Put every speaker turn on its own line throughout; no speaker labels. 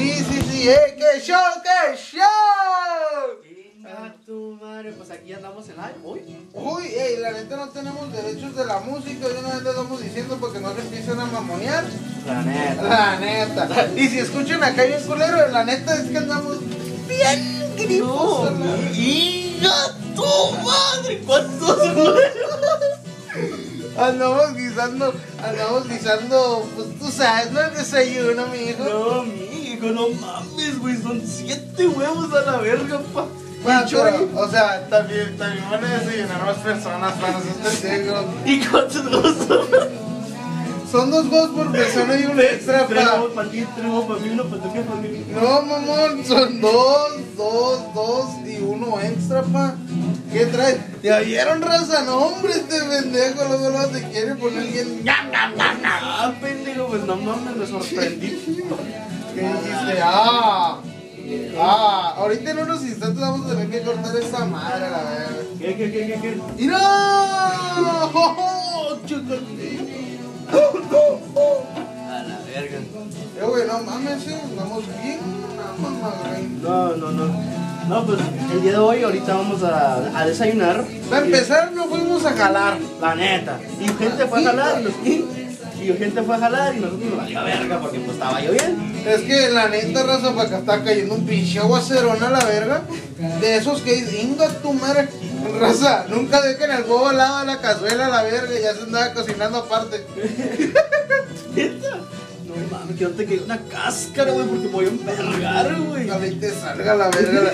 sí, ¿eh? ¡Qué show, qué show!
Ah, tu madre, pues aquí andamos en live hoy.
Uy, ey, la neta no tenemos derechos de la música, yo no les estamos diciendo porque no se empiecen a mamonear.
La neta.
La neta. Y si escuchan acá bien culero, la neta es que andamos bien grifos.
No.
a la-
¡Higa tu madre! ¿Cuántos huevos?
Andamos guisando, andamos guisando, pues tú sabes, no el desayuno, mi hijo.
No, mijo, no mames, güey. Son siete huevos a la verga, pa.
Bueno,
Y
pero,
chori-
o sea, también, también van a desayunar más personas para este nosotros.
¿Y cuántos huevos son?
Son dos huevos por persona y un extra
Tres
para.
huevos para ti, tres huevos para mí, uno para tu que para mí.
No, mamón, son dos, dos, dos y uno extra, pa. ¿Qué traes? ¿Ya vieron raza? No, hombre, este pendejo, luego luego te quiere poner bien.
Ah, pendejo, pues no mames, me sorprendí.
¿Qué dijiste? ¡Ah! ¡Ah! Ahorita en unos instantes vamos a tener que cortar esa madre, a la verga.
¿Qué, qué, qué, qué, qué?
¡Y no!
A la verga.
Eh, güey, no mames, eh, andamos bien, una mamadre.
No, no, no. No, pues el día de hoy ahorita vamos a, a desayunar.
Para empezar, no fuimos a jalar.
La neta. Y gente fue a jalar. los- Y gente fue a jalar y nosotros nos valió verga porque pues estaba lloviendo.
Es que la neta, raza, para acá está cayendo un pinche aguacerón a la verga. De esos que dices, inga tu madre. Raza, nunca dejen el huevo al lado de la cazuela a la verga. Ya se andaba cocinando aparte.
Neta. No mames, que no te quedó una cáscara, güey, porque me voy a envergar, güey.
A mí te salga la verga. la-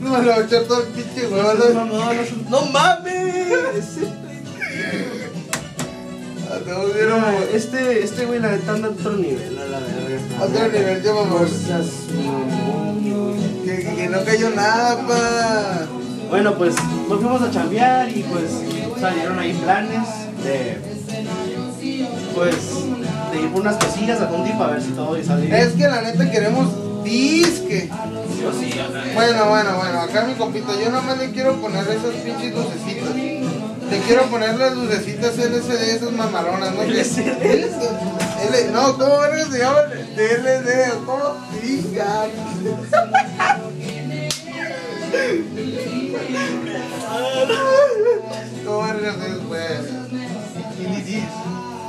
No le va a echar todo el pinche huevo.
No,
la-
no, no, no, no mames. Ese
Ah, no, vieron, güey.
Este, este güey la neta anda a otro nivel, a la verga.
Otro nivel de mamón.
Cosas, mamón, güey.
Que, que- que no cayó nada, pa.
Bueno, pues nos fuimos a chambear y pues salieron ahí planes de. Pues de ir por unas cosillas a Condi para ver si todo y salir.
Es que la neta queremos disque.
Yo sí, o sea,
Bueno, bueno, bueno, acá mi compito, yo nomás le quiero poner esas pinches lucecitas. Te quiero poner las lucecitas LCD, esas mamalonas, ¿no?
LCD.
L- no, ¿cómo verga se llama? DLD, ¿cómo? Diga. ¿Cómo verga se es, güey? pues, Y ni si-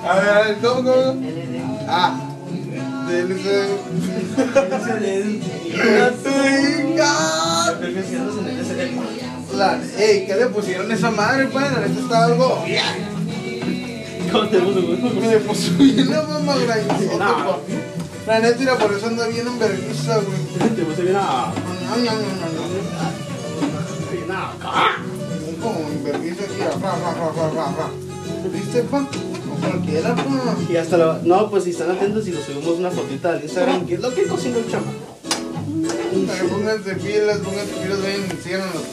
A ver, a ver, ¿cómo, cómo? Ah, DLCD. Diga. La, ey, ¿qué le pusieron esa madre, pues? La neta estaba algo.
¿Cómo te gusta, güey?
Me le puso bien la mamá grandísima,
No.
pa. La neta, mira, por eso anda bien en vergüenza, güey.
Te gusta bien a.
No, no, no, no,
bien a acá.
no. Como en vergüenza aquí, ra, ra, ra, ra, ra, ra. ¿Viste, pa? No cualquiera, pa.
Y hasta la. No, pues si están atentos y nos subimos una fotita al Instagram, que es lo que cocinó el chamaco.
Pero Pónganse pilas, pónganse pilas, vayan, menciónanos.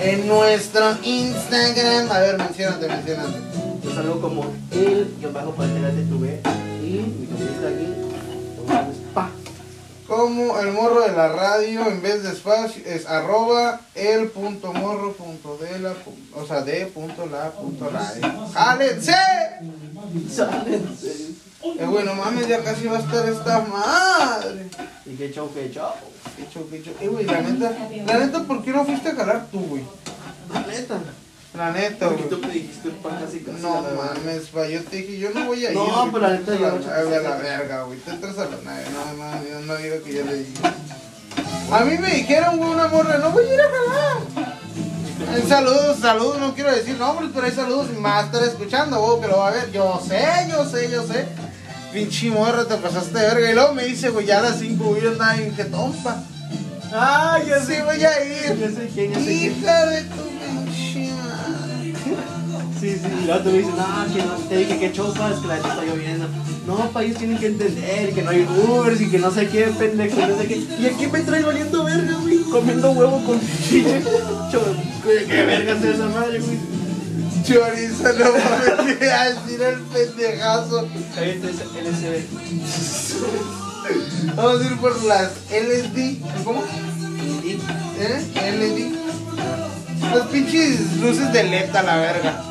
En nuestro Instagram. A ver, menciónate, menciónate.
Yo salgo como el guión bajo lateral de tu B y mi compita aquí. Pa.
Como el morro de la radio en vez de espacio es arroba el punto morro punto de la pun- o sea de punto la punto radio. ¡Jálense!
Salen, sí.
Eh, güey, no mames, ya casi va a estar esta madre.
Y que chau, que chau.
Qué chau, qué chau. Eh, güey, la neta, la neta, ¿por qué no fuiste a calar tú, güey?
La neta.
La neta, güey.
tú me dijiste el pan casi casi.
No
a la verdad.
mames, pa, yo te dije, yo no voy a ir.
No,
güey,
pero la neta,
a
yo-
la, a la verga, güey. Te entras a la nave. No, no, yo no digo que yo le dije. A mí me dijeron, güey, una morra, no voy a ir a jalar. Ay, Saludos, saludos, no quiero decir nombres, pero hay saludos y más estar escuchando, güey, que lo va a ver. Yo sé, yo sé, yo sé. Pinche morra, te pasaste de verga. Y luego me dice, güey, ya a las 5 voy a ir nadie, que tompa.
Ah,
Yo sí voy a ir.
Yo sé quién, yo sé quién.
Hija de tu pinche madre.
Sí, sí. Y luego tú me dices, no, que no. Te dije que chau, pa, es que la neta está lloviendo. No, pa, ellos tienen que entender que no hay Ubers y que no sé qué, pendejo, no sé qué. Y aquí me traes valiendo verga, güey. Comiendo huevo con chile. Güey, ¿Qué verga es esa madre, güey?
Chorizo, no mames, voy a decir el pendejazo.
Cállate esa LSD.
Vamos a ir por las LSD. ¿Cómo? ¿Eh? LSD. Las pinches luces de LED a la verga.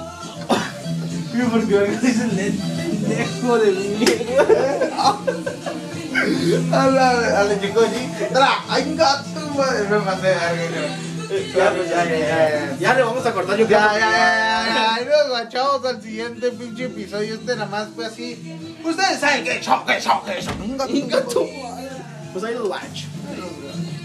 Porque me dicen pendejo de mierda.
A la, a la chico allí. Tra, ay, gato, madre. Me pasé de verga, yo.
Ya, pues, ya, ya, ya, ya. Ya le vamos a cortar, yo
Ya, ya,
creo.
ya, ya, ya, nos guachamos al siguiente pinche episodio. Este nada más fue así. Ustedes saben que choque, choque, choque.
Inga tu madre. Pues ahí lo watch.
Venga, tú.